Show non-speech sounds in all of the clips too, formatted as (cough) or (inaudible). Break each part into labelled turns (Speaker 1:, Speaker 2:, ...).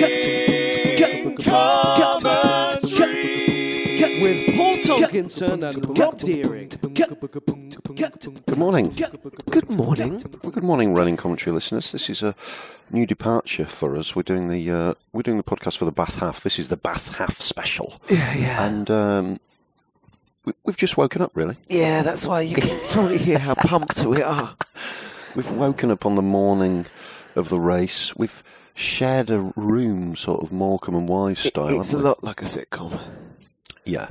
Speaker 1: Running commentary.
Speaker 2: with Paul Tolkinson and Rob Deering.
Speaker 3: Good morning. Good morning. Well, good morning, running commentary listeners. This is a new departure for us. We're doing the uh, we're doing the podcast for the Bath Half. This is the Bath Half special. Yeah, yeah. And um, we, we've just woken up, really.
Speaker 2: Yeah, that's why you can probably hear how pumped we are.
Speaker 3: (laughs) We've woken up on the morning of the race. We've shared a room, sort of Morecambe and Wise style.
Speaker 2: It's a
Speaker 3: haven't we?
Speaker 2: lot like a sitcom.
Speaker 3: Yeah.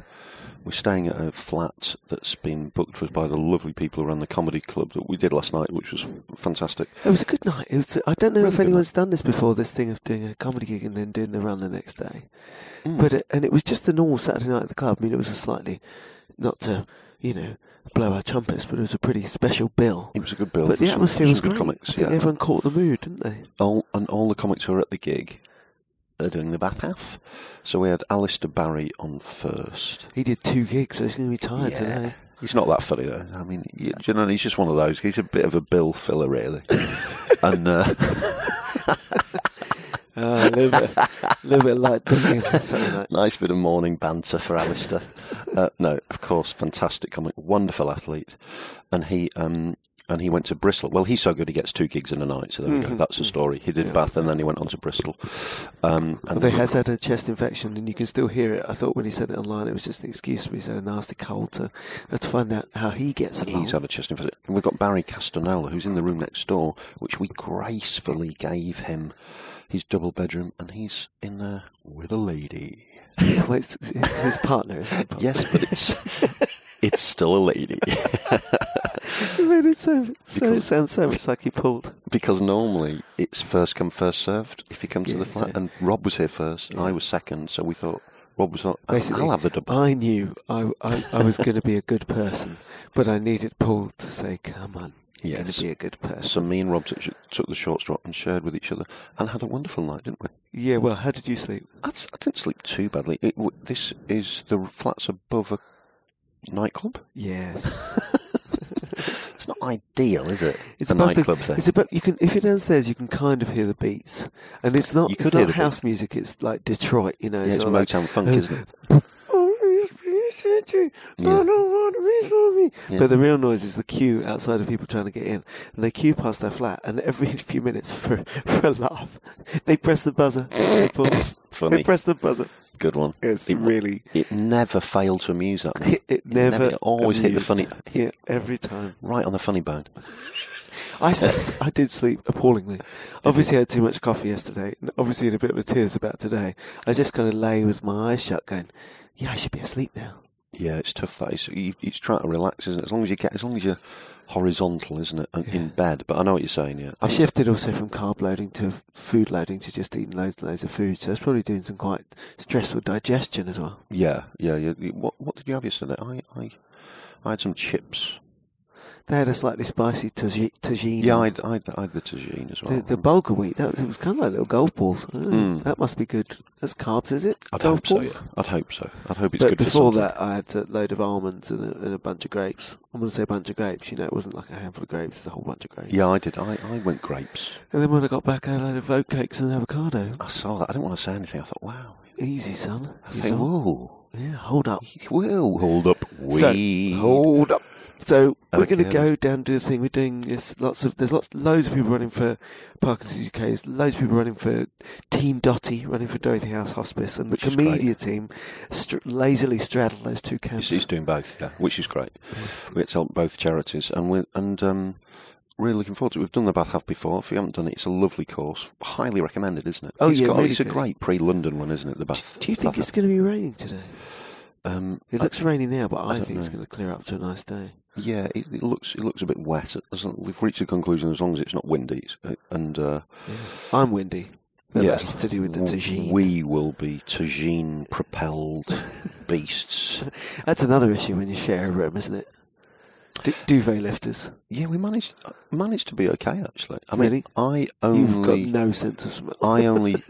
Speaker 3: We're staying at a flat that's been booked for us by the lovely people who run the comedy club that we did last night, which was fantastic.
Speaker 2: It was a good night. It was. I don't know
Speaker 3: Really
Speaker 2: if
Speaker 3: good
Speaker 2: anyone's done this before. This thing of doing a comedy gig and then doing the run the next day.
Speaker 3: Mm.
Speaker 2: But it, and it was just the normal Saturday night at the club. I mean, it was a slightly not to you know blow our trumpets, but it was a pretty special bill.
Speaker 3: It was a good bill.
Speaker 2: But
Speaker 3: for
Speaker 2: the
Speaker 3: some-
Speaker 2: atmosphere
Speaker 3: some
Speaker 2: was
Speaker 3: good
Speaker 2: great.
Speaker 3: comics,
Speaker 2: I think
Speaker 3: yeah.
Speaker 2: everyone caught the mood, didn't they?
Speaker 3: all and all the comics who are at the gig are doing the bath half. So we had Alistair Barry on first.
Speaker 2: He did two gigs, so he's going to be tired today.
Speaker 3: He's not that funny though. I mean, you, do you know, he's just one of those. He's a bit of a bill filler, really. and uh, (laughs)
Speaker 2: Uh, a little bit, a little bit light thinking on Saturday
Speaker 3: (laughs)
Speaker 2: night.
Speaker 3: nice bit of morning banter for Alistair. uh, no, of course, fantastic comic, wonderful athlete, and he. Um, and he went to Bristol. Well, he's so good he gets two gigs in a night. So there we go. That's the story. He did Bath and then he went on to Bristol. Um, and
Speaker 2: Although he has had a chest infection and you can still hear it. I thought when he said it online, it was just an excuse for me. He's had a nasty cold to, have to find out how he gets along.
Speaker 3: He's had a chest infection. And we've got Barry Castanola, who's in the room next door, which we gracefully gave him his double bedroom, and he's in there with a lady.
Speaker 2: (coughs) Well, it's- it's his partner. Isn't it?
Speaker 3: Yes, but (laughs) it's it's still a lady
Speaker 2: It made it so, so it
Speaker 3: Because-
Speaker 2: sounds so much like he pulled.
Speaker 3: (laughs) because normally it's first come first served if you come to the
Speaker 2: Yeah,
Speaker 3: flat.
Speaker 2: so-
Speaker 3: And Rob was here first, and I was second, so we thought Rob was. Not, I'll,
Speaker 2: Basically,
Speaker 3: I'll have the double.
Speaker 2: I knew I, I, I was going to be a good person, but I needed Paul to say, come on, you're going
Speaker 3: Yes.
Speaker 2: to be a good person.
Speaker 3: So me and Rob took, took the short straw and shared with each other, and had a wonderful night, didn't we?
Speaker 2: Yeah, well, how did you sleep?
Speaker 3: I s- I didn't sleep too badly. It, w- this is the flats above a nightclub. (laughs)
Speaker 2: Yes.
Speaker 3: It's not ideal, is it?
Speaker 2: (laughs) It's
Speaker 3: a
Speaker 2: above the-
Speaker 3: nightclub thing.
Speaker 2: It's about you can if you're downstairs you can kind of hear the beats, and it's not
Speaker 3: You
Speaker 2: it's
Speaker 3: could hear
Speaker 2: not
Speaker 3: the
Speaker 2: house music. It's like Detroit, you know.
Speaker 3: yeah, it's
Speaker 2: sort of
Speaker 3: Motown
Speaker 2: like,
Speaker 3: funk, isn't
Speaker 2: (laughs)
Speaker 3: it?
Speaker 2: "Oh, please, please, thank you. I
Speaker 3: Yeah.
Speaker 2: don't want to be for me."
Speaker 3: Yeah.
Speaker 2: But the real noise is the queue outside of people trying to get in, and they queue past their flat, and every (laughs) few minutes for for a laugh, they press the buzzer. People-
Speaker 3: (laughs) Funny,
Speaker 2: they press the buzzer.
Speaker 3: good one.
Speaker 2: It's
Speaker 3: it, (laughs)
Speaker 2: really
Speaker 3: It never failed to amuse that man.
Speaker 2: it, it never,
Speaker 3: never- always hit the
Speaker 2: amused.
Speaker 3: funny-
Speaker 2: Yeah, every time.
Speaker 3: right on the funny bone. (laughs)
Speaker 2: I slept. I did sleep appallingly. Obviously, I had too much coffee yesterday. and Obviously, in a bit of a tears about today. I just kind of lay with my eyes shut, going, "Yeah, I should be asleep now."
Speaker 3: Yeah, it's tough. That is, you, it's trying to relax, isn't it? As long as you get, as long as you're horizontal, isn't it? And In bed. But I know what you're saying. Yeah,
Speaker 2: I shifted also from carb loading to food loading to just eating loads and loads of food. So I was probably doing some quite stressful digestion as well.
Speaker 3: yeah, yeah. yeah. What, what did you have yesterday? I, I, I had some chips.
Speaker 2: They had a slightly spicy tagi- tagine.
Speaker 3: Yeah, I'd, I'd, I'd the tagine as well.
Speaker 2: The, the bulgur wheat, that was, it was kind of like little golf balls. I don't know.
Speaker 3: Mm.
Speaker 2: That must be good. That's carbs, is it?
Speaker 3: I'd
Speaker 2: golf
Speaker 3: hope so.
Speaker 2: balls?
Speaker 3: yeah. I'd hope so. I'd hope it's
Speaker 2: but
Speaker 3: good
Speaker 2: before
Speaker 3: for something.
Speaker 2: that, I had a load of almonds and a, and a bunch of grapes. I'm going to say a bunch of grapes. You know, it wasn't like a handful of grapes. It was a whole bunch of grapes.
Speaker 3: Yeah, I did. I, I went grapes.
Speaker 2: And then when I got back, I had a load of oat cakes and avocado.
Speaker 3: I saw that. I didn't want to say anything. I thought, wow.
Speaker 2: Easy, son.
Speaker 3: I
Speaker 2: You
Speaker 3: think,
Speaker 2: son.
Speaker 3: whoa.
Speaker 2: Yeah, hold up.
Speaker 3: Whoa. Hold up. We.
Speaker 2: So, hold up. So we're going to
Speaker 3: Okay.
Speaker 2: go down and do the thing. We're doing this. Lots of there's lots, loads of people running for Parkinson's UK. There's loads of people running for Team Dotty, running for Dorothy House Hospice, and the
Speaker 3: Which is
Speaker 2: Comedia
Speaker 3: great.
Speaker 2: team str- lazily straddle those two
Speaker 3: He's,
Speaker 2: camps.
Speaker 3: he's doing both, yeah, which is great. We had to help both charities, and we and um, really looking forward to it. We've done the Bath Half before. If you haven't done it, it's a lovely course, highly recommended, isn't it?
Speaker 2: Oh,
Speaker 3: It's
Speaker 2: yeah,
Speaker 3: got-
Speaker 2: really
Speaker 3: it's a
Speaker 2: good.
Speaker 3: great pre-London one, isn't it? The Bath.
Speaker 2: Do you think
Speaker 3: Bath
Speaker 2: it's going to be raining today?
Speaker 3: Half. Um,
Speaker 2: It
Speaker 3: I-
Speaker 2: looks rainy now, but I,
Speaker 3: don't
Speaker 2: think it's
Speaker 3: know.
Speaker 2: going to clear up to a nice day.
Speaker 3: yeah, it, it looks it looks a bit wet. As long- we've reached the conclusion as long as it's not windy, it's, and uh,
Speaker 2: I'm windy. But
Speaker 3: Yeah.
Speaker 2: that's to do with the
Speaker 3: w-
Speaker 2: tagine.
Speaker 3: we will be tagine propelled
Speaker 2: (laughs)
Speaker 3: beasts.
Speaker 2: That's another issue when you share a room, isn't it? Du- duvet lifters.
Speaker 3: Yeah, we managed managed to be okay actually. I mean,
Speaker 2: Really?
Speaker 3: I
Speaker 2: You've got
Speaker 3: only
Speaker 2: no sense of smell. (laughs)
Speaker 3: I only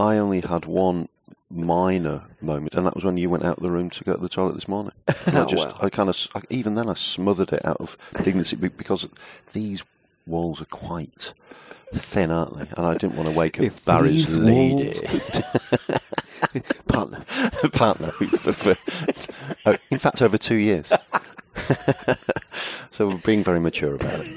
Speaker 3: I only had one minor moment, and that was when you went out of the room to go to the toilet this
Speaker 2: (laughs)
Speaker 3: morning. And I
Speaker 2: Oh,
Speaker 3: just
Speaker 2: wow.
Speaker 3: I kind of I, even then I smothered it out of dignity be- because these walls are quite thin, aren't they? And I didn't want to wake up
Speaker 2: If
Speaker 3: Barry's
Speaker 2: these
Speaker 3: lady
Speaker 2: walls Partner.
Speaker 3: (laughs) partner for, for oh, in fact over two years. (laughs) so we're being very mature about it.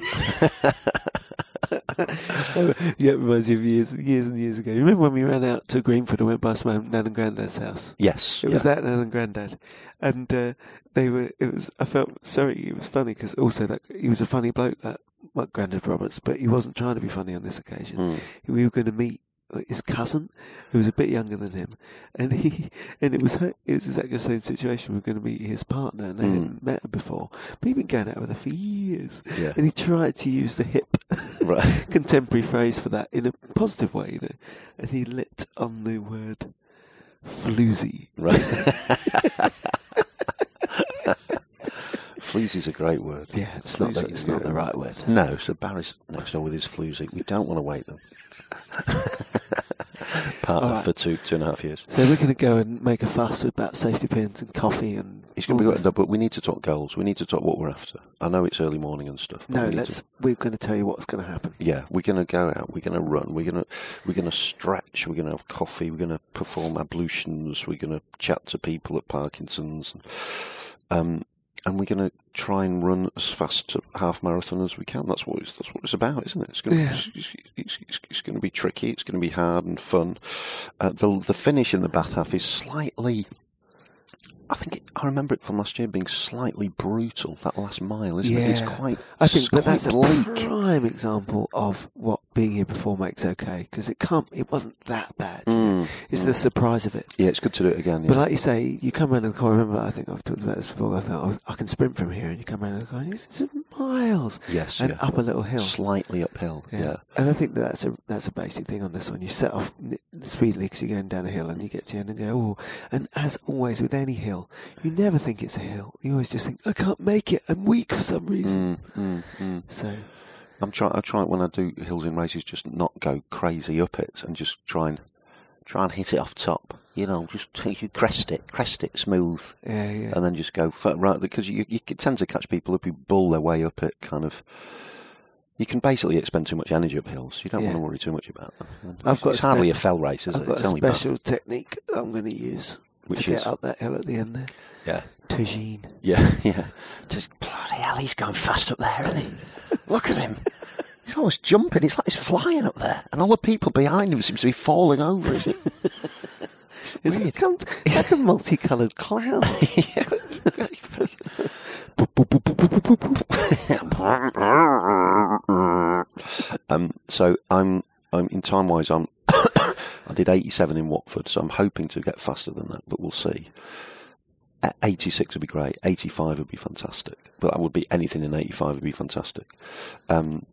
Speaker 2: yeah, it reminds me of years, years and years ago. You remember when we ran out to Greenford and went past my nan and granddad's house?
Speaker 3: Yes,
Speaker 2: It was
Speaker 3: yeah.
Speaker 2: that nan and granddad, and uh, they were. It was. I felt sorry. It was funny because also that he was a funny bloke, that my granddad Roberts, but he wasn't trying to be funny on this occasion.
Speaker 3: Mm.
Speaker 2: We were going to meet his cousin, who was a bit younger than him, and he and it was her, it was exactly the same situation. We were going to meet his partner, and they
Speaker 3: Mm.
Speaker 2: hadn't met her before. But he'd been going out with her for years,
Speaker 3: Yeah.
Speaker 2: and he tried to use the hip (laughs)
Speaker 3: Right.
Speaker 2: contemporary phrase for that in a positive way, you know. And he lit on the word floozy.
Speaker 3: Right. (laughs) Floozy's a great word.
Speaker 2: Yeah, it's not the-
Speaker 3: Floozy,
Speaker 2: it's not the right word.
Speaker 3: No, so Barry's next door with his floozy. We don't want to wait them. (laughs) Partner
Speaker 2: All right.
Speaker 3: for two two and a half years.
Speaker 2: So we're going to go and make a fuss about safety pins and coffee and.
Speaker 3: He's going to
Speaker 2: all
Speaker 3: be got
Speaker 2: this.
Speaker 3: no, but we need to talk goals. We need to talk what we're after. I know it's early morning and stuff. but
Speaker 2: No,
Speaker 3: we need
Speaker 2: let's.
Speaker 3: to-
Speaker 2: We're going to tell you what's going to happen.
Speaker 3: yeah, we're going to go out. We're going to run. We're going to we're going to stretch. We're going to have coffee. We're going to perform ablutions. We're going to chat to people at Parkinson's. Um, and we're going to try and run as fast a half marathon as we can. That's what it's, that's what it's about, isn't it? It's going,
Speaker 2: Yeah.
Speaker 3: to, it's, it's, it's, it's going to be tricky. It's going to be hard and fun. Uh, the the finish in the bath half is slightly. I think it, I remember it from last year being slightly brutal. That last mile, isn't it? It's
Speaker 2: Yeah.
Speaker 3: quite.
Speaker 2: I think,
Speaker 3: quite
Speaker 2: but that's a
Speaker 3: bleak.
Speaker 2: prime example of what being here before makes okay because it can't. It wasn't that bad.
Speaker 3: Mm,
Speaker 2: It's
Speaker 3: mm.
Speaker 2: the surprise of it.
Speaker 3: Yeah, it's good to do it again. Yeah.
Speaker 2: But like you say, you come round the corner. Remember, I think I've talked about this before. I thought "Oh, I can sprint from here, and you come round the corner. and It's it's miles
Speaker 3: yes,
Speaker 2: and
Speaker 3: yeah.
Speaker 2: up a little hill.
Speaker 3: slightly uphill. Yeah.
Speaker 2: and I think that that's a that's a basic thing on this one. You set off n- speedily because you're going down a hill, and you get to the end and go, oh. And as always with any hill, you never think it's a hill. You always just think, I can't make it. I'm weak for some reason.
Speaker 3: Mm, mm, mm.
Speaker 2: So
Speaker 3: I'm trying. I try when I do hills in races, just not go crazy up it, and just try and try and hit it off top. You know, just (laughs) take- you crest it, crest it smooth,
Speaker 2: yeah, yeah.
Speaker 3: and then just go f- right because you you can tend to catch people up who bull their way up it. Kind of, you can basically expend too much energy up hills. You don't
Speaker 2: Yeah.
Speaker 3: want to worry too much about them. And
Speaker 2: I've
Speaker 3: it's,
Speaker 2: got
Speaker 3: it's
Speaker 2: a spe-
Speaker 3: hardly a fell race, is
Speaker 2: I've
Speaker 3: it?
Speaker 2: got
Speaker 3: it's
Speaker 2: a
Speaker 3: only bad.
Speaker 2: special technique that I'm going to use
Speaker 3: Which
Speaker 2: to
Speaker 3: is-
Speaker 2: get up that hill at the end there.
Speaker 3: yeah,
Speaker 2: Tagine.
Speaker 3: yeah, (laughs) yeah. Just bloody hell, he's going fast up there, isn't he? Look at him. He's almost jumping. It's like he's flying up there, and all the people behind him seem to be falling over. (laughs) Is it?
Speaker 2: It's
Speaker 3: Weird.
Speaker 2: like, a- it's like a multicoloured
Speaker 3: (laughs)
Speaker 2: cloud.
Speaker 3: um, so I'm I'm in time wise I'm (coughs) I did 87 in Watford, so I'm hoping to get faster than that, but we'll see. A- 86 would be great. 85 would be fantastic. But that would be anything in 85 would be fantastic. Um,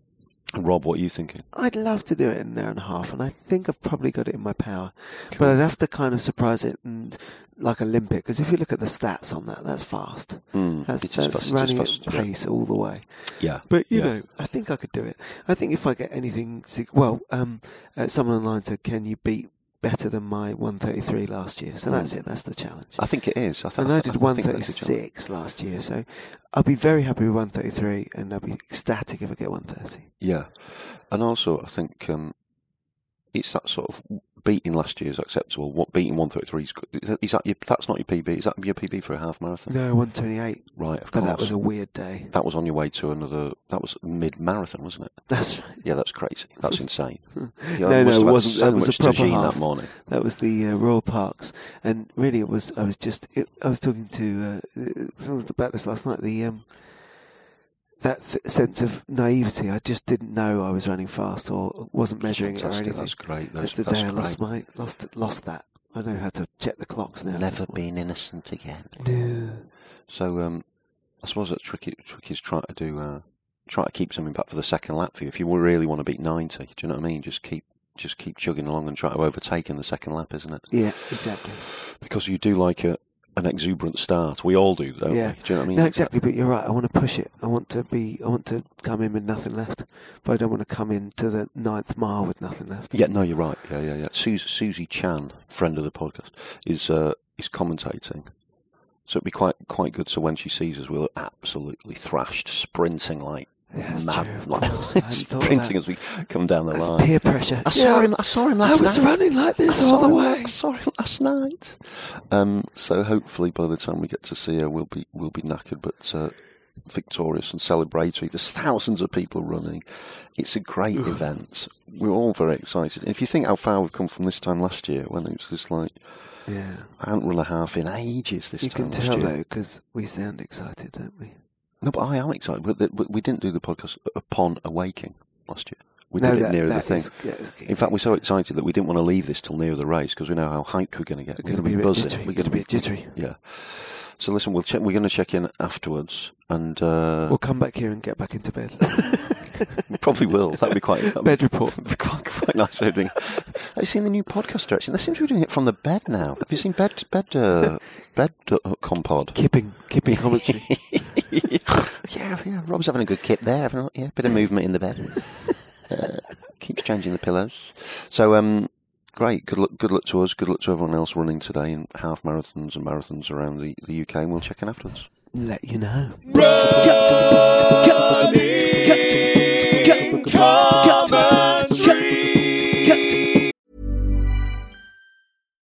Speaker 3: Rob, what are you thinking?
Speaker 2: I'd love to do it in an hour and a half, and I think I've probably got it in my power. But I'd have to kind of surprise it and like a limpet, because if you look at the stats on that, that's fast.
Speaker 3: Mm,
Speaker 2: That's,
Speaker 3: it is
Speaker 2: that's
Speaker 3: fast, it is
Speaker 2: running
Speaker 3: fast,
Speaker 2: at
Speaker 3: yeah.
Speaker 2: pace all the way.
Speaker 3: Yeah.
Speaker 2: But you
Speaker 3: Yeah.
Speaker 2: know, I think I could do it. I think if I get anything, sig- well, um, uh, someone online said, "Can you beat better than my 133 last year?" So that's it. That's the challenge.
Speaker 3: Hmm. I think it is. I, th-
Speaker 2: And I
Speaker 3: th-
Speaker 2: did
Speaker 3: I think that's the challenge.
Speaker 2: 136 last year, so I'll be very happy with 133, and I'll be ecstatic if I get 130.
Speaker 3: Yeah, and also I think um, it's that sort of beating last year is acceptable. What beating one thirty three is good. is that your, that's not your PB? Is that your PB for a half marathon?
Speaker 2: No, 128.
Speaker 3: Right, of
Speaker 2: God,
Speaker 3: course.
Speaker 2: that was a weird day. (laughs)
Speaker 3: That was on your way to another. That was mid marathon, wasn't it?
Speaker 2: That's right.
Speaker 3: Yeah, that's crazy. That's insane. You
Speaker 2: (laughs) No, no,
Speaker 3: I must
Speaker 2: it
Speaker 3: have had
Speaker 2: wasn't.
Speaker 3: So
Speaker 2: That was a
Speaker 3: much
Speaker 2: proper
Speaker 3: tagine
Speaker 2: half.
Speaker 3: that morning.
Speaker 2: That was the uh, Royal Parks, and really, it was. I was just. It, I was talking to uh, uh, someone about this last night. The um, that th- sense of naivety. I just didn't know I was running fast or wasn't measuring it or
Speaker 3: Fantastic.
Speaker 2: anything.
Speaker 3: That's great. That's,
Speaker 2: That's the
Speaker 3: that's
Speaker 2: day I
Speaker 3: great.
Speaker 2: lost my lost lost that. I know how to check the clocks now. (laughs)
Speaker 3: Never been innocent again.
Speaker 2: No.
Speaker 3: So um, I suppose that tricky trick is try to do uh, try to keep something back for the second lap for you. If you really want to beat ninety, do you know what I mean? Just keep just keep chugging along and try to overtake in the second lap, isn't it?
Speaker 2: Yeah, exactly.
Speaker 3: Because you do like a an exuberant start. We all do, don't
Speaker 2: Yeah.
Speaker 3: we? Do you know what I mean?
Speaker 2: No, exactly. But you're right. I want to push it. I want to be. I want to come in with nothing left, but I don't want to come in to the ninth mile with nothing left.
Speaker 3: Yeah, no, you're right. Yeah, yeah, yeah. Sus Susie Chan, friend of the podcast, is uh, is commentating. So it'd be quite quite good. So when she sees us, we're absolutely thrashed, sprinting like
Speaker 2: Yeah, that's
Speaker 3: mad,
Speaker 2: true, of
Speaker 3: like
Speaker 2: course. (laughs)
Speaker 3: (laughs)
Speaker 2: I hadn't thought of
Speaker 3: sprinting
Speaker 2: that.
Speaker 3: as we come down the
Speaker 2: That's
Speaker 3: line.
Speaker 2: peer pressure.
Speaker 3: I
Speaker 2: Yeah.
Speaker 3: saw him. I saw him last
Speaker 2: I was
Speaker 3: night.
Speaker 2: running like
Speaker 3: I
Speaker 2: this
Speaker 3: saw
Speaker 2: all the
Speaker 3: him-
Speaker 2: way.
Speaker 3: I saw him last night. Um, so hopefully, by the time we get to see her, we'll be we'll be knackered, but uh, victorious and celebratory. There's thousands of people running. It's a great event. We're all very excited. If you think how far we've come from this time last year, when it was just like
Speaker 2: Yeah,
Speaker 3: I hadn't run a half in ages. This
Speaker 2: you
Speaker 3: time
Speaker 2: can
Speaker 3: last
Speaker 2: tell
Speaker 3: year.
Speaker 2: though because we sound excited, don't we?
Speaker 3: No, but I am excited. But, the, but we didn't do the podcast upon awaking last year. We
Speaker 2: no,
Speaker 3: did
Speaker 2: that,
Speaker 3: it nearer the
Speaker 2: that
Speaker 3: thing.
Speaker 2: is- that is good.
Speaker 3: In fact, we're so excited that we didn't want to leave this till near the race because we know how hyped we're going to get.
Speaker 2: We're gonna
Speaker 3: we're going to
Speaker 2: be
Speaker 3: be
Speaker 2: a bit
Speaker 3: buzzing.
Speaker 2: jittery.
Speaker 3: We're
Speaker 2: Gonna
Speaker 3: going to
Speaker 2: be a bit jittery.
Speaker 3: Yeah. So listen, we'll check. We're going to check in afterwards, and uh,
Speaker 2: we'll come back here and get back into bed.
Speaker 3: we probably will. That'd (laughs) be quite that'd
Speaker 2: bed report.
Speaker 3: be quite, (laughs) quite nice. way of doing it. Have you seen the new podcast direction? They seem to be doing it from the bed now. Have you seen bed bed uh, bed uh, compod?
Speaker 2: Kipping, kipping commentary.
Speaker 3: (laughs) yeah, yeah. Rob's having a good kip there. haven't I? Yeah, bit of movement in the bed. Uh, keeps changing the pillows. So, um, great. Good luck. Good luck to us. Good luck to everyone else running today in half marathons and marathons around the, the UK. And we'll check in afterwards.
Speaker 2: Let you know.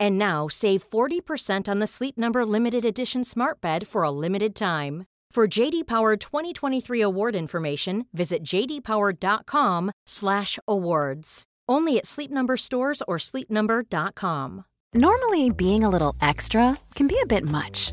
Speaker 4: And now save 40% on the Sleep Number limited edition Smart Bed for a limited time. For JD Power 2023 award information, visit jdpower.com/awards. Only at Sleep Number stores or sleepnumber.com.
Speaker 5: Normally, being a little extra can be a bit much,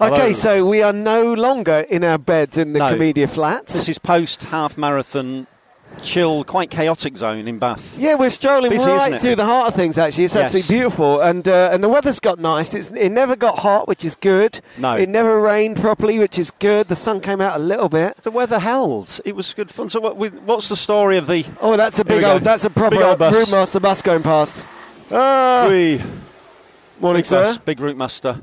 Speaker 2: Okay, so we are no longer in our beds in the
Speaker 6: No.
Speaker 2: Comedia flats.
Speaker 6: This is post half marathon chill, quite chaotic zone in Bath.
Speaker 2: Yeah, we're strolling
Speaker 6: Busy, isn't
Speaker 2: right
Speaker 6: it?
Speaker 2: through the heart of things. Actually, it's
Speaker 6: Yes.
Speaker 2: absolutely beautiful, and uh, and the weather's got nice. It's it never got hot, which is good.
Speaker 6: No.
Speaker 2: it never rained properly, which is good. The sun came out a little bit.
Speaker 6: The weather held. It was good fun. So, what, with, what's the story of the?
Speaker 2: Oh, that's a
Speaker 6: Here we
Speaker 2: big
Speaker 6: go.
Speaker 2: old. That's a proper
Speaker 6: Big old bus.
Speaker 2: route master bus going past. Ah,
Speaker 6: Wee.
Speaker 2: morning,
Speaker 6: big,
Speaker 2: sir.
Speaker 6: bus, big route master.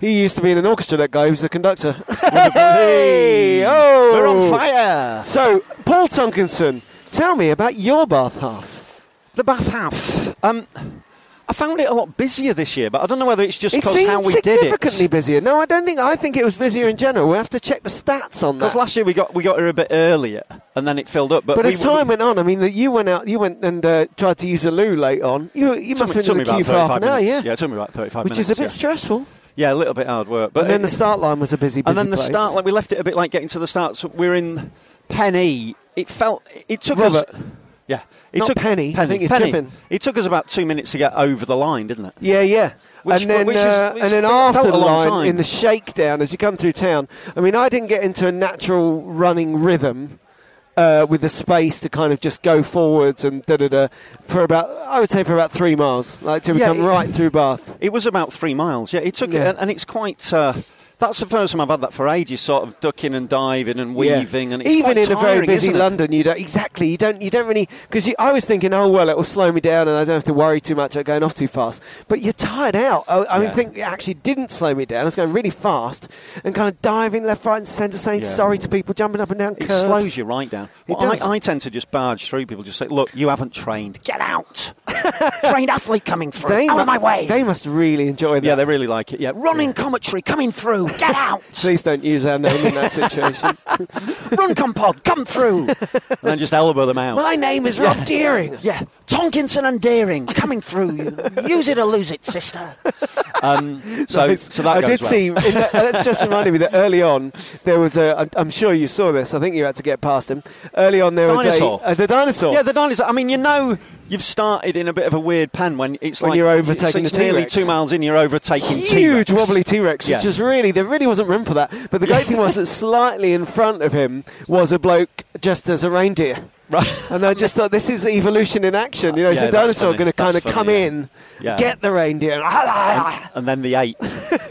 Speaker 2: He used to be in an orchestra. That guy he was the conductor. (laughs) hey, oh,
Speaker 6: We're on fire.
Speaker 2: So, Paul Tonkinson, tell me about your bath half.
Speaker 6: The Bath Half. Um, I found it a lot busier this year, but I don't know whether it's just
Speaker 2: it
Speaker 6: because
Speaker 2: seems
Speaker 6: how we did it.
Speaker 2: significantly busier. No, I don't think. I think it was busier in general. We'll have to check the stats on that.
Speaker 6: Because last year we got we got here a bit earlier, and then it filled up. But,
Speaker 2: But
Speaker 6: we,
Speaker 2: as time went on, I mean, that you went out, you went and uh, tried to use a loo late on. You, you
Speaker 6: it
Speaker 2: must
Speaker 6: took
Speaker 2: have
Speaker 6: me-
Speaker 2: been in
Speaker 6: took
Speaker 2: the
Speaker 6: me
Speaker 2: queue
Speaker 6: about
Speaker 2: for half an
Speaker 6: 35
Speaker 2: hour, yeah.
Speaker 6: minutes. Yeah, it took me about thirty-five
Speaker 2: Which
Speaker 6: minutes.
Speaker 2: is a bit
Speaker 6: yeah.
Speaker 2: stressful.
Speaker 6: Yeah, a little bit hard work. But
Speaker 2: But then
Speaker 6: it-
Speaker 2: the start line was a busy, busy
Speaker 6: and then the
Speaker 2: place.
Speaker 6: start, like we left it a bit like getting to the start. So we're in Penny. It felt it took
Speaker 2: Robert.
Speaker 6: us. Yeah, it
Speaker 2: Not
Speaker 6: took
Speaker 2: Penny, I think it's
Speaker 6: Penny.
Speaker 2: Tiffin.
Speaker 6: It took us about two minutes to get over the line, didn't it?
Speaker 2: Yeah, yeah.
Speaker 6: Which
Speaker 2: and
Speaker 6: fe-
Speaker 2: then,
Speaker 6: which is-
Speaker 2: uh,
Speaker 6: which
Speaker 2: and then
Speaker 6: felt
Speaker 2: after
Speaker 6: a
Speaker 2: the
Speaker 6: long
Speaker 2: line
Speaker 6: time.
Speaker 2: in the shakedown, as you come through town, I mean, I didn't get into a natural running rhythm uh, with the space to kind of just go forwards and da da da for about, I would say, for about three miles, like till we
Speaker 6: Yeah,
Speaker 2: come
Speaker 6: it-
Speaker 2: right through Bath.
Speaker 6: It was about three miles. Yeah, it took,
Speaker 2: Yeah.
Speaker 6: and- and it's quite. Uh, that's the first time I've had that for ages. Sort of ducking and diving and weaving,
Speaker 2: Yeah.
Speaker 6: and it's
Speaker 2: even
Speaker 6: quite
Speaker 2: in a very
Speaker 6: tiring,
Speaker 2: busy
Speaker 6: isn't it?
Speaker 2: London, you don't exactly you don't you don't really because I was thinking, oh well, it will slow me down and I don't have to worry too much about going off too fast. But you're tired out. I, I mean,
Speaker 6: Yeah.
Speaker 2: think it actually didn't slow me down. I was going really fast and kind of diving left, right, and centre, saying
Speaker 6: Yeah.
Speaker 2: sorry to people, jumping up and down.
Speaker 6: It
Speaker 2: curbs.
Speaker 6: slows you right down.
Speaker 2: It
Speaker 6: Well, I-
Speaker 2: does.
Speaker 6: I, tend to just barge through people, just say, "Look, you haven't trained.
Speaker 2: (laughs)
Speaker 6: Get out. trained athlete coming through.
Speaker 2: They
Speaker 6: out
Speaker 2: mu-
Speaker 6: of my way."
Speaker 2: They must really enjoy that.
Speaker 6: yeah, they really like it. Yeah, running commentary coming through. (laughs) Get out.
Speaker 2: Please don't use our name in
Speaker 6: (laughs)
Speaker 2: that situation.
Speaker 6: Run compod, come through. and then just elbow them out.
Speaker 2: My name is Rob Deering.
Speaker 6: yeah, Tonkinson and Deering coming through. Use it or lose it, sister. Um, so,
Speaker 2: Nice.
Speaker 6: so that
Speaker 2: I
Speaker 6: goes
Speaker 2: did
Speaker 6: well.
Speaker 2: see. in that- that's just reminded me that early on there was a. I'm, I'm sure you saw this. I think you had to get past him. Early on there
Speaker 6: Dinosaur.
Speaker 2: was a, uh, the dinosaur.
Speaker 6: Yeah, the dinosaur. I mean, you know, you've started in a bit of a weird pan when it's
Speaker 2: When
Speaker 6: like
Speaker 2: you're overtaking
Speaker 6: it's
Speaker 2: the
Speaker 6: nearly
Speaker 2: T-Rex.
Speaker 6: two miles in, you're overtaking
Speaker 2: huge
Speaker 6: T-Rex.
Speaker 2: wobbly T-Rex,
Speaker 6: Yeah.
Speaker 2: which was really there really wasn't room for that. But the great thing was that slightly in front of him was a bloke just as a reindeer.
Speaker 6: (laughs) Right.
Speaker 2: And I just thought this is evolution in action. You know, is
Speaker 6: Yeah,
Speaker 2: the
Speaker 6: that's
Speaker 2: dinosaur
Speaker 6: funny.
Speaker 2: going to kind of
Speaker 6: That's funny,
Speaker 2: come
Speaker 6: yeah.
Speaker 2: in,
Speaker 6: Yeah.
Speaker 2: get the reindeer? ah,
Speaker 6: and then the (laughs) eight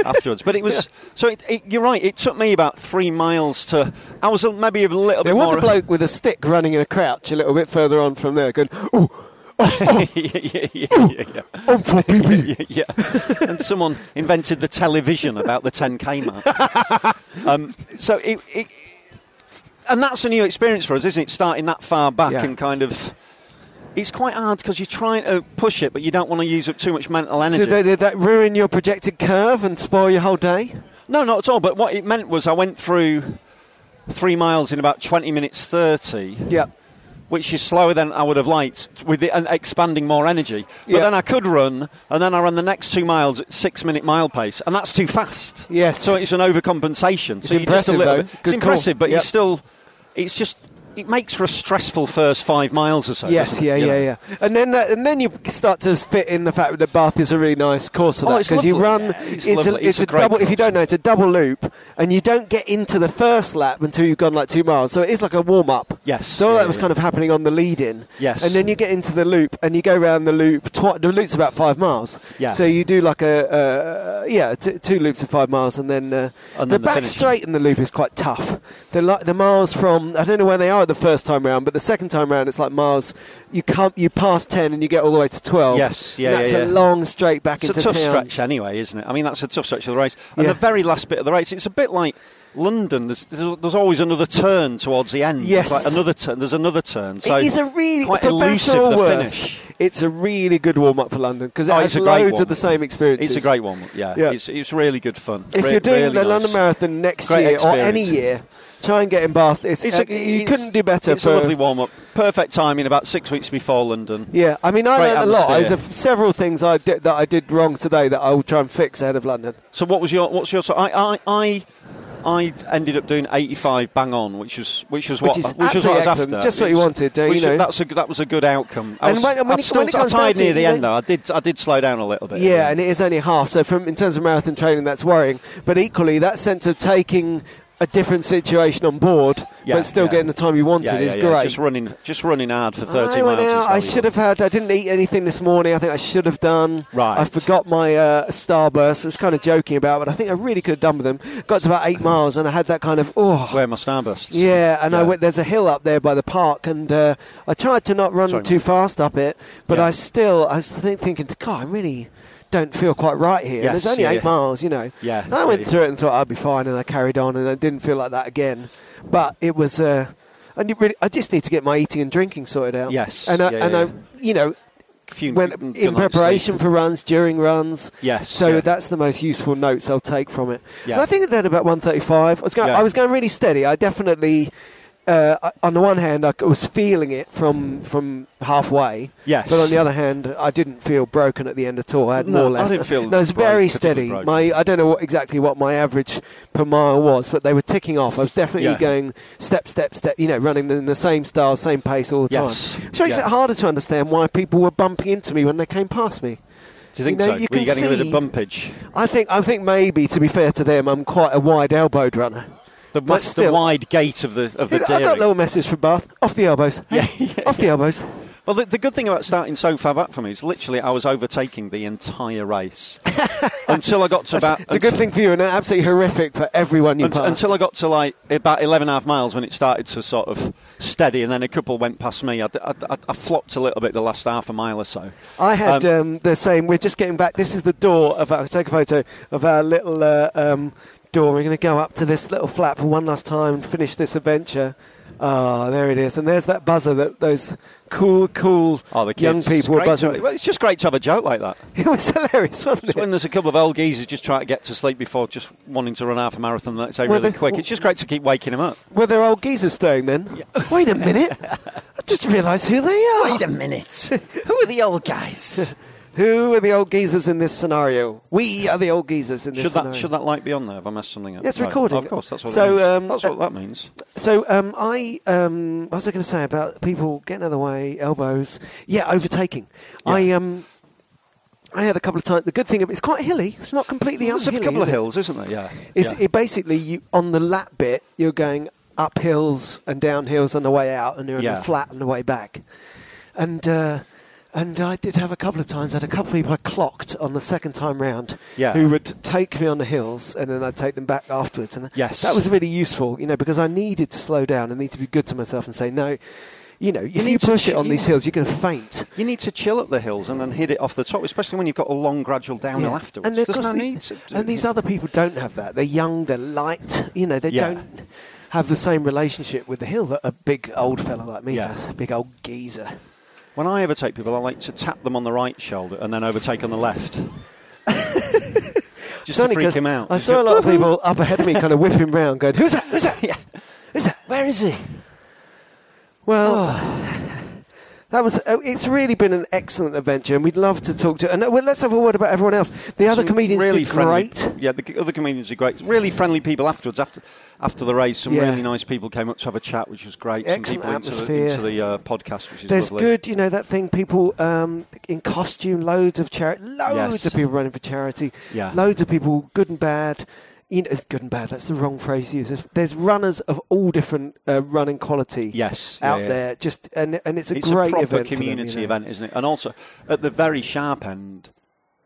Speaker 6: afterwards. But it was so. It, it, you're right. It took me about three miles to. I was a- maybe a little
Speaker 2: There
Speaker 6: bit.
Speaker 2: was
Speaker 6: more
Speaker 2: a bloke with a stick running in a crouch a little bit further on from there, going, "Ooh,
Speaker 6: yeah, yeah, yeah, yeah.
Speaker 2: oh, for
Speaker 6: (laughs)
Speaker 2: pee pee."
Speaker 6: yeah, yeah. and someone invented the television about the 10k (laughs) mark. um, so it, it, and that's a new experience for us, isn't it? Starting that far back
Speaker 2: Yeah.
Speaker 6: and kind of. It's quite hard because you're trying to push it, but you don't want to use up too much mental energy.
Speaker 2: So they, did that ruin your projected curve and spoil your whole day?
Speaker 6: No, not at all. But what it meant was I went through three miles in about 20 minutes 30,
Speaker 2: Yep.
Speaker 6: which is slower than I would have liked with it and expanding more energy. But
Speaker 2: Yeah.
Speaker 6: then I could run, and then I ran the next two miles at six minute mile pace, and that's too fast.
Speaker 2: Yes.
Speaker 6: So it's an overcompensation.
Speaker 2: It's
Speaker 6: so you just a
Speaker 2: impressive,
Speaker 6: little
Speaker 2: though.
Speaker 6: bit-
Speaker 2: Good
Speaker 6: It's impressive,
Speaker 2: call.
Speaker 6: but
Speaker 2: Yep.
Speaker 6: you still, it's just, it makes for a stressful first five miles or so.
Speaker 2: Yes,
Speaker 6: doesn't it?
Speaker 2: yeah,
Speaker 6: You
Speaker 2: yeah,
Speaker 6: know?
Speaker 2: yeah. And then that, and then you start to fit in the fact that Bath is a really nice course for
Speaker 6: Oh,
Speaker 2: that
Speaker 6: it's
Speaker 2: you run.
Speaker 6: lovely. Yeah, it's
Speaker 2: a,
Speaker 6: lovely. It's a great
Speaker 2: double. If you
Speaker 6: course.
Speaker 2: don't know, it's a double loop, and you don't get into the first lap until you've gone like two miles. So it is like a warm up.
Speaker 6: Yes,
Speaker 2: So all
Speaker 6: yeah,
Speaker 2: that
Speaker 6: yeah,
Speaker 2: was
Speaker 6: yeah.
Speaker 2: kind of happening on the lead in.
Speaker 6: Yes.
Speaker 2: And then you get into the loop, and you go round the loop. Twi- the loop's about five miles.
Speaker 6: Yeah.
Speaker 2: So you do like a uh, yeah t- two loops of five miles, and then, uh, the
Speaker 6: And then the
Speaker 2: back
Speaker 6: finish.
Speaker 2: straight in the loop is quite tough. They're like the miles from I don't know where they are the first time round, but the second time round it's like miles you come you pass ten and you get all the way to twelve.
Speaker 6: Yes, yeah,
Speaker 2: And that's
Speaker 6: yeah,
Speaker 2: a
Speaker 6: yeah.
Speaker 2: long straight back
Speaker 6: It's
Speaker 2: into
Speaker 6: a tough
Speaker 2: town.
Speaker 6: stretch anyway, isn't it? I mean, that's a tough stretch of the race. And
Speaker 2: Yeah.
Speaker 6: the very last bit of the race, it's a bit like London. There's, there's, there's always another turn towards the end. It's
Speaker 2: Yes.
Speaker 6: like another turn. There's another turn. So
Speaker 2: it is a really
Speaker 6: quite
Speaker 2: for
Speaker 6: elusive
Speaker 2: better or
Speaker 6: the
Speaker 2: worse,
Speaker 6: finish.
Speaker 2: It's a really good warm up for London because it
Speaker 6: Oh,
Speaker 2: has
Speaker 6: it's a great
Speaker 2: loads
Speaker 6: warm-up.
Speaker 2: of the same experiences.
Speaker 6: It's a great one. Yeah,
Speaker 2: Yeah.
Speaker 6: It's, it's really good fun.
Speaker 2: If
Speaker 6: Re-
Speaker 2: you're doing
Speaker 6: really
Speaker 2: the
Speaker 6: nice.
Speaker 2: London Marathon next
Speaker 6: Great
Speaker 2: year or any
Speaker 6: experience.
Speaker 2: year, try and get in Bath. It's,
Speaker 6: It's
Speaker 2: uh,
Speaker 6: a,
Speaker 2: you
Speaker 6: it's-
Speaker 2: couldn't do better.
Speaker 6: It's
Speaker 2: for-
Speaker 6: a lovely warm up. Perfect timing. About six weeks before London.
Speaker 2: Yeah, I mean, I
Speaker 6: Great
Speaker 2: learned a lot. There's
Speaker 6: atmosphere.
Speaker 2: a, several things I did, that I did wrong today that I will try and fix ahead of London.
Speaker 6: So what was your what's your so I I I, I ended up doing 85 bang on, which was which was what
Speaker 2: Which is
Speaker 6: which was what I was
Speaker 2: absolutely
Speaker 6: after.
Speaker 2: excellent. Just what you
Speaker 6: It's-
Speaker 2: wanted, uh,
Speaker 6: which-
Speaker 2: you know.
Speaker 6: That's a, that was a good outcome. I
Speaker 2: And
Speaker 6: was,
Speaker 2: when- and when
Speaker 6: I
Speaker 2: it-
Speaker 6: still,
Speaker 2: when it comes
Speaker 6: I
Speaker 2: down
Speaker 6: tired
Speaker 2: to
Speaker 6: near
Speaker 2: it,
Speaker 6: the
Speaker 2: you
Speaker 6: end
Speaker 2: know-
Speaker 6: though. I did I did slow down a little bit.
Speaker 2: Yeah, and it is only half. So, from in terms of marathon training, that's worrying. But equally, that sense of taking a different situation on board,
Speaker 6: Yeah,
Speaker 2: but still
Speaker 6: yeah.
Speaker 2: getting the time you wanted
Speaker 6: Yeah,
Speaker 2: is
Speaker 6: yeah, yeah.
Speaker 2: great.
Speaker 6: Just running, just running hard for thirty
Speaker 2: I went
Speaker 6: miles.
Speaker 2: out. I should have had. I didn't eat anything this morning. I think I should have done.
Speaker 6: Right.
Speaker 2: I forgot my uh, starburst. I was kind of joking about, but I think I really could have done with them. Got to about eight miles, and I had that kind of oh.
Speaker 6: Where my starbursts?
Speaker 2: yeah, and I
Speaker 6: Yeah.
Speaker 2: went. There's a hill up there by the park, and uh, I tried to not run
Speaker 6: Sorry,
Speaker 2: too
Speaker 6: mate.
Speaker 2: fast up it, but
Speaker 6: Yeah.
Speaker 2: I still, I was think, thinking, God, I really don't feel quite right here. and
Speaker 6: Yes,
Speaker 2: it's only
Speaker 6: yeah,
Speaker 2: eight
Speaker 6: yeah.
Speaker 2: miles, you know.
Speaker 6: Yeah,
Speaker 2: And I went
Speaker 6: yeah.
Speaker 2: through it and thought I'd be fine, and I carried on, and I didn't feel like that again. But it was, uh, I need- really, I just need to get my eating and drinking sorted out.
Speaker 6: Yes,
Speaker 2: and I,
Speaker 6: yeah,
Speaker 2: and
Speaker 6: yeah.
Speaker 2: I, you know,
Speaker 6: Few-
Speaker 2: when
Speaker 6: didn't
Speaker 2: in
Speaker 6: like
Speaker 2: preparation
Speaker 6: sleep.
Speaker 2: for runs, during runs.
Speaker 6: Yes,
Speaker 2: So
Speaker 6: yeah.
Speaker 2: that's the most useful notes I'll take from it.
Speaker 6: Yeah.
Speaker 2: But I think I did about 135. I was going,
Speaker 6: Yeah.
Speaker 2: I was going really steady. I definitely, uh, I- on the one hand, I c- was feeling it from from halfway.
Speaker 6: Yes.
Speaker 2: But on the other hand, I didn't feel broken at the end at all. I had
Speaker 6: No,
Speaker 2: more
Speaker 6: I
Speaker 2: left.
Speaker 6: didn't feel
Speaker 2: No, it was
Speaker 6: broke-
Speaker 2: very
Speaker 6: particularly
Speaker 2: steady.
Speaker 6: broken.
Speaker 2: My I don't know what, exactly what my average per mile was, but they were ticking off. I was definitely
Speaker 6: Yeah.
Speaker 2: going step, step, step. You know, running in the same style, same pace all the
Speaker 6: Yes.
Speaker 2: time. Which makes
Speaker 6: Yeah.
Speaker 2: it harder to understand why people were bumping into me when they came past me.
Speaker 6: Do you think
Speaker 2: you know,
Speaker 6: so?
Speaker 2: you
Speaker 6: Were
Speaker 2: can
Speaker 6: you getting a bit of
Speaker 2: see-
Speaker 6: bumpage?
Speaker 2: I think I think maybe to be fair to them, I'm quite a wide-elbowed runner.
Speaker 6: The,
Speaker 2: But
Speaker 6: what's the
Speaker 2: still-
Speaker 6: wide gate of the of the
Speaker 2: I got a
Speaker 6: dairy?
Speaker 2: little message from Bath off the elbows.
Speaker 6: Yeah,
Speaker 2: off the elbows.
Speaker 6: Well, the, the good thing about starting so far back for me is literally I was overtaking the
Speaker 2: (laughs)
Speaker 6: entire race Uh, until I got to about.
Speaker 2: It's a good thing for you, and absolutely horrific for everyone you
Speaker 6: Unt-
Speaker 2: pass.
Speaker 6: until I got to like about 11 and a half miles when it started to sort of steady, and then a couple went past me. I, d- I d- I- I flopped a little bit the last half a mile or so.
Speaker 2: I had um, the same. We're just getting back. This is the door of our. Take a photo of our little uh, um, door. We're going to go up to this little flat for one last time and finish this adventure. Ah, there it is. And there's that buzzer that those cool, cool
Speaker 6: Oh, the kids.
Speaker 2: young people were
Speaker 6: Great to-
Speaker 2: buzzing.
Speaker 6: well, it's just great to have a joke like that.
Speaker 2: (laughs) It was hilarious, wasn't
Speaker 6: It's
Speaker 2: it?
Speaker 6: when there's a couple of old geezers just trying to get to sleep before just wanting to run half a marathon the next day
Speaker 2: Well,
Speaker 6: really
Speaker 2: they-
Speaker 6: quick. It's just great to keep waking them up.
Speaker 2: Were there old geezers staying then? Wait a minute. I just realised who they are.
Speaker 7: Wait a minute. Who are the old guys?
Speaker 2: (laughs) Who are the old geezers in this scenario? We are the old geezers in this
Speaker 6: Should that,
Speaker 2: scenario.
Speaker 6: should that light be on there? Have I messed something up?
Speaker 2: It's
Speaker 6: Right.
Speaker 2: recording.
Speaker 6: Of course, that's what,
Speaker 2: So,
Speaker 6: it means.
Speaker 2: um,
Speaker 6: that's what that means.
Speaker 2: So um, I, um, what was I going to say about people getting out of the way, elbows? Yeah, overtaking. I um, I had a couple of times. The good thing, it's quite hilly. It's not completely
Speaker 6: There's a
Speaker 2: unhilly,
Speaker 6: couple
Speaker 2: is
Speaker 6: of
Speaker 2: it?
Speaker 6: hills, isn't there? Yeah.
Speaker 2: It's
Speaker 6: Yeah.
Speaker 2: it basically you on the lap bit. You're going up hills and down hills on the way out, and you're on
Speaker 6: Yeah.
Speaker 2: the flat on the way back. And uh, and I did have a couple of times. I had a couple of people I clocked on the second time round.
Speaker 6: Yeah.
Speaker 2: Who would take me on the hills, and then I'd take them back afterwards. And
Speaker 6: Yes.
Speaker 2: that was really useful, you know, because I needed to slow down. I need to be good to myself and say no. You know, if you
Speaker 6: need to
Speaker 2: push it
Speaker 6: ch-
Speaker 2: on these
Speaker 6: yeah.
Speaker 2: hills, you're going to faint.
Speaker 6: You need to chill at the hills and then hit it off the top, especially when you've got a long gradual downhill afterwards.
Speaker 2: of
Speaker 6: There's
Speaker 2: course
Speaker 6: no
Speaker 2: the-
Speaker 6: need to do
Speaker 2: and these other people don't have that. They're young, they're light, you know, they
Speaker 6: Yeah.
Speaker 2: don't have the same relationship with the hill that a big old fella like me
Speaker 6: Yeah.
Speaker 2: has, a big old geezer.
Speaker 6: When I overtake people, I like to tap them on the right shoulder and then overtake on the
Speaker 2: (laughs)
Speaker 6: left. Just to
Speaker 2: Only
Speaker 6: freak
Speaker 2: 'cause
Speaker 6: him out.
Speaker 2: I
Speaker 6: Just
Speaker 2: saw a
Speaker 6: go,
Speaker 2: lot
Speaker 6: (laughs)
Speaker 2: of
Speaker 6: "Woohoo."
Speaker 2: people up ahead of me kind of whipping round going, Who's that? Who's that? Yeah. Who's that? Where is he? Well,
Speaker 6: Oh.
Speaker 2: that was. uh, It's really been an excellent adventure, and we'd love to talk to. And uh, well, let's have a word about everyone else. The other
Speaker 6: Some
Speaker 2: comedians
Speaker 6: really
Speaker 2: did
Speaker 6: friendly,
Speaker 2: great.
Speaker 6: Yeah, the c- other comedians are great. Really friendly people afterwards. After after the race, some
Speaker 2: Yeah.
Speaker 6: really nice people came up to have a chat, which was great. some
Speaker 2: Excellent
Speaker 6: people
Speaker 2: atmosphere.
Speaker 6: into the, into the uh, podcast, which is
Speaker 2: There's
Speaker 6: lovely.
Speaker 2: good, you know, that thing people um, in costume, loads of charity, loads
Speaker 6: Yes.
Speaker 2: of people running for charity,
Speaker 6: Yeah.
Speaker 2: loads of people, good and bad. You know, good and bad. That's the wrong phrase to use. There's, there's runners of all different uh, running quality.
Speaker 6: Yes, yeah,
Speaker 2: out
Speaker 6: yeah.
Speaker 2: there. Just and and it's a
Speaker 6: it's
Speaker 2: great
Speaker 6: a proper
Speaker 2: event for them, you
Speaker 6: community
Speaker 2: know.
Speaker 6: event, isn't it? And also, at the very sharp end,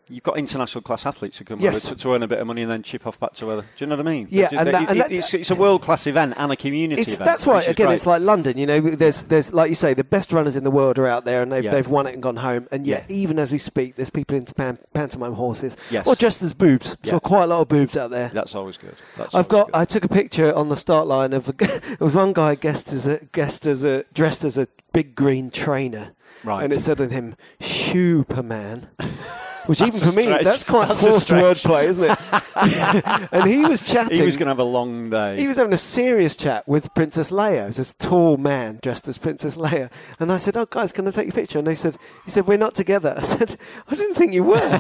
Speaker 6: you've got international class athletes who come
Speaker 2: Yes.
Speaker 6: over to, to earn a bit of money and then chip off back to other. Do you know what I mean?
Speaker 2: Yeah,
Speaker 6: They-
Speaker 2: and
Speaker 6: they-
Speaker 2: that-
Speaker 6: it-
Speaker 2: and that-
Speaker 6: it's, it's a world class event and a community
Speaker 2: It's,
Speaker 6: event.
Speaker 2: that's why
Speaker 6: which is
Speaker 2: again
Speaker 6: great.
Speaker 2: it's like London. You know, there's there's like you say, the best runners in the world are out there, and they've,
Speaker 6: Yeah.
Speaker 2: they've won it and gone home. And yet,
Speaker 6: Yeah.
Speaker 2: even as we speak, there's people into pan, pantomime horses,
Speaker 6: Yes.
Speaker 2: or just as boobs. So
Speaker 6: Yeah.
Speaker 2: quite a lot of boobs out there.
Speaker 6: That's always good. That's
Speaker 2: I've
Speaker 6: always
Speaker 2: got. I took a picture on the start line of. A, (laughs) it was one guy guessed as a guessed as a dressed as a big green trainer,
Speaker 6: Right.
Speaker 2: And it said on him, "Superman," which even
Speaker 6: (laughs) That's
Speaker 2: for
Speaker 6: a
Speaker 2: me,
Speaker 6: stretch.
Speaker 2: that's quite
Speaker 6: That's a
Speaker 2: forced
Speaker 6: stretch.
Speaker 2: wordplay, isn't
Speaker 6: (laughs)
Speaker 2: it? (laughs) and he was
Speaker 6: good.
Speaker 2: chatting.
Speaker 6: He was going to have a long day.
Speaker 2: He was having a serious chat with Princess Leia. It was this tall man dressed as Princess Leia. And I said, Oh, guys, can I take your picture? And they said, He said, We're not together. (laughs) I said, I didn't think you were.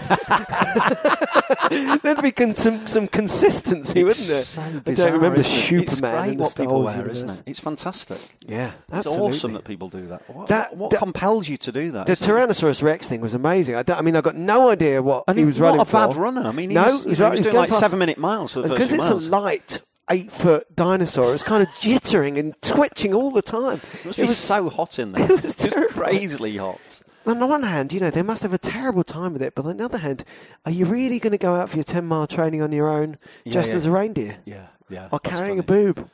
Speaker 2: (laughs) There'd be con- some, some consistency, wouldn't there?
Speaker 6: It's so
Speaker 2: I
Speaker 6: bizarre,
Speaker 2: don't remember
Speaker 6: isn't it? It's
Speaker 2: Superman
Speaker 6: great
Speaker 2: in the
Speaker 6: what
Speaker 2: Star
Speaker 6: people
Speaker 2: Wars
Speaker 6: wear, isn't
Speaker 2: universe.
Speaker 6: it? It's fantastic.
Speaker 2: Yeah,
Speaker 6: It's
Speaker 2: absolutely.
Speaker 6: awesome that people do that. What,
Speaker 2: That-
Speaker 6: what
Speaker 2: that-
Speaker 6: compels you to do that?
Speaker 2: The
Speaker 6: isn't it?
Speaker 2: Tyrannosaurus Rex thing was amazing. I, don't- I mean, I got no idea what
Speaker 6: And
Speaker 2: he
Speaker 6: he
Speaker 2: was
Speaker 6: not
Speaker 2: running
Speaker 6: a bad
Speaker 2: for.
Speaker 6: runner. I mean, he
Speaker 2: no,
Speaker 6: was-
Speaker 2: he was,
Speaker 6: he
Speaker 2: right-
Speaker 6: was
Speaker 2: he was
Speaker 6: doing
Speaker 2: going
Speaker 6: like
Speaker 2: past-
Speaker 6: seven-minute miles for the
Speaker 2: And
Speaker 6: first few
Speaker 2: it's
Speaker 6: miles.
Speaker 2: a light eight foot dinosaur. It was kind of jittering and twitching all the time.
Speaker 6: Must
Speaker 2: it
Speaker 6: be
Speaker 2: was
Speaker 6: so
Speaker 2: (laughs)
Speaker 6: hot in there.
Speaker 2: it was
Speaker 6: It's just
Speaker 2: terrifying.
Speaker 6: crazily hot.
Speaker 2: On the one hand, you know, they must have a terrible time with it, but on the other hand, are you really going to go out for your 10 mile training on your own
Speaker 6: Yeah,
Speaker 2: just
Speaker 6: yeah.
Speaker 2: as a reindeer?
Speaker 6: Yeah, yeah.
Speaker 2: Or
Speaker 6: that's
Speaker 2: carrying
Speaker 6: funny.
Speaker 2: a boob?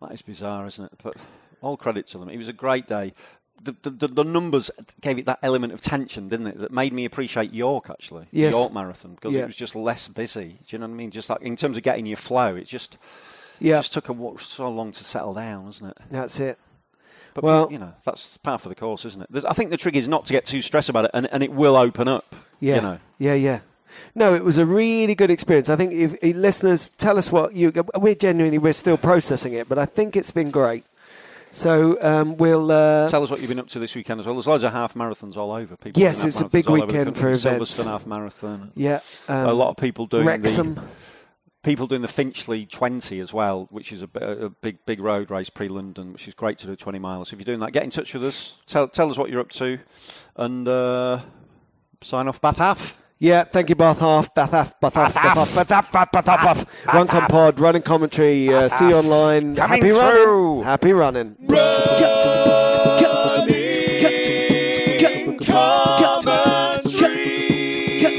Speaker 6: That is bizarre, isn't it? But all credit to them. It was a great day. The, the, the, the numbers gave it that element of tension, didn't it? That made me appreciate York actually, the
Speaker 2: Yes.
Speaker 6: York Marathon, because
Speaker 2: Yeah.
Speaker 6: it was just less busy. Do you know what I mean? Just like in terms of getting your flow, it just
Speaker 2: Yeah,
Speaker 6: just took a, wa- so long to settle down, wasn't it?
Speaker 2: that's it.
Speaker 6: But
Speaker 2: Well-
Speaker 6: you know, that's part of the course, isn't it? There's- I think the trick is not to get too stressed about it, and, and it will open up.
Speaker 2: Yeah.
Speaker 6: You know,
Speaker 2: Yeah, yeah. No, it was a really good experience. I think if, if listeners tell us what you we're genuinely we're still processing it, but I think it's been great. So um, we'll uh,
Speaker 6: Tell us what you've been up to this weekend as well. There's loads of half marathons all over. People
Speaker 2: Yes,
Speaker 6: doing
Speaker 2: it's
Speaker 6: half
Speaker 2: a
Speaker 6: marathons
Speaker 2: big
Speaker 6: all over the
Speaker 2: weekend
Speaker 6: country.
Speaker 2: for events.
Speaker 6: Silverstone half marathon.
Speaker 2: yeah um,
Speaker 6: a lot of people doing
Speaker 2: Wrexham.
Speaker 6: the people doing the Finchley 20 as well, which is a, b- a big big road race pre-London, which is great to do 20 miles. If you're doing that, get in touch with us. Tell tell us what you're up to, and uh, sign off. Bath half.
Speaker 2: Yeah, thank you, Bath Half, Bath Half, Bath Half, Bath Half, Bath Half, Bath Half, Bath Half. Run Com Pod, running commentary. Uh, see you online.
Speaker 6: Coming
Speaker 2: Happy
Speaker 6: through.
Speaker 2: running. Happy running.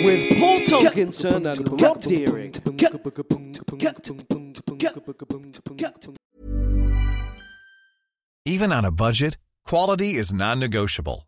Speaker 8: With Paul Tonkinson and Rob Deering.
Speaker 1: Even on a budget, quality is non-negotiable.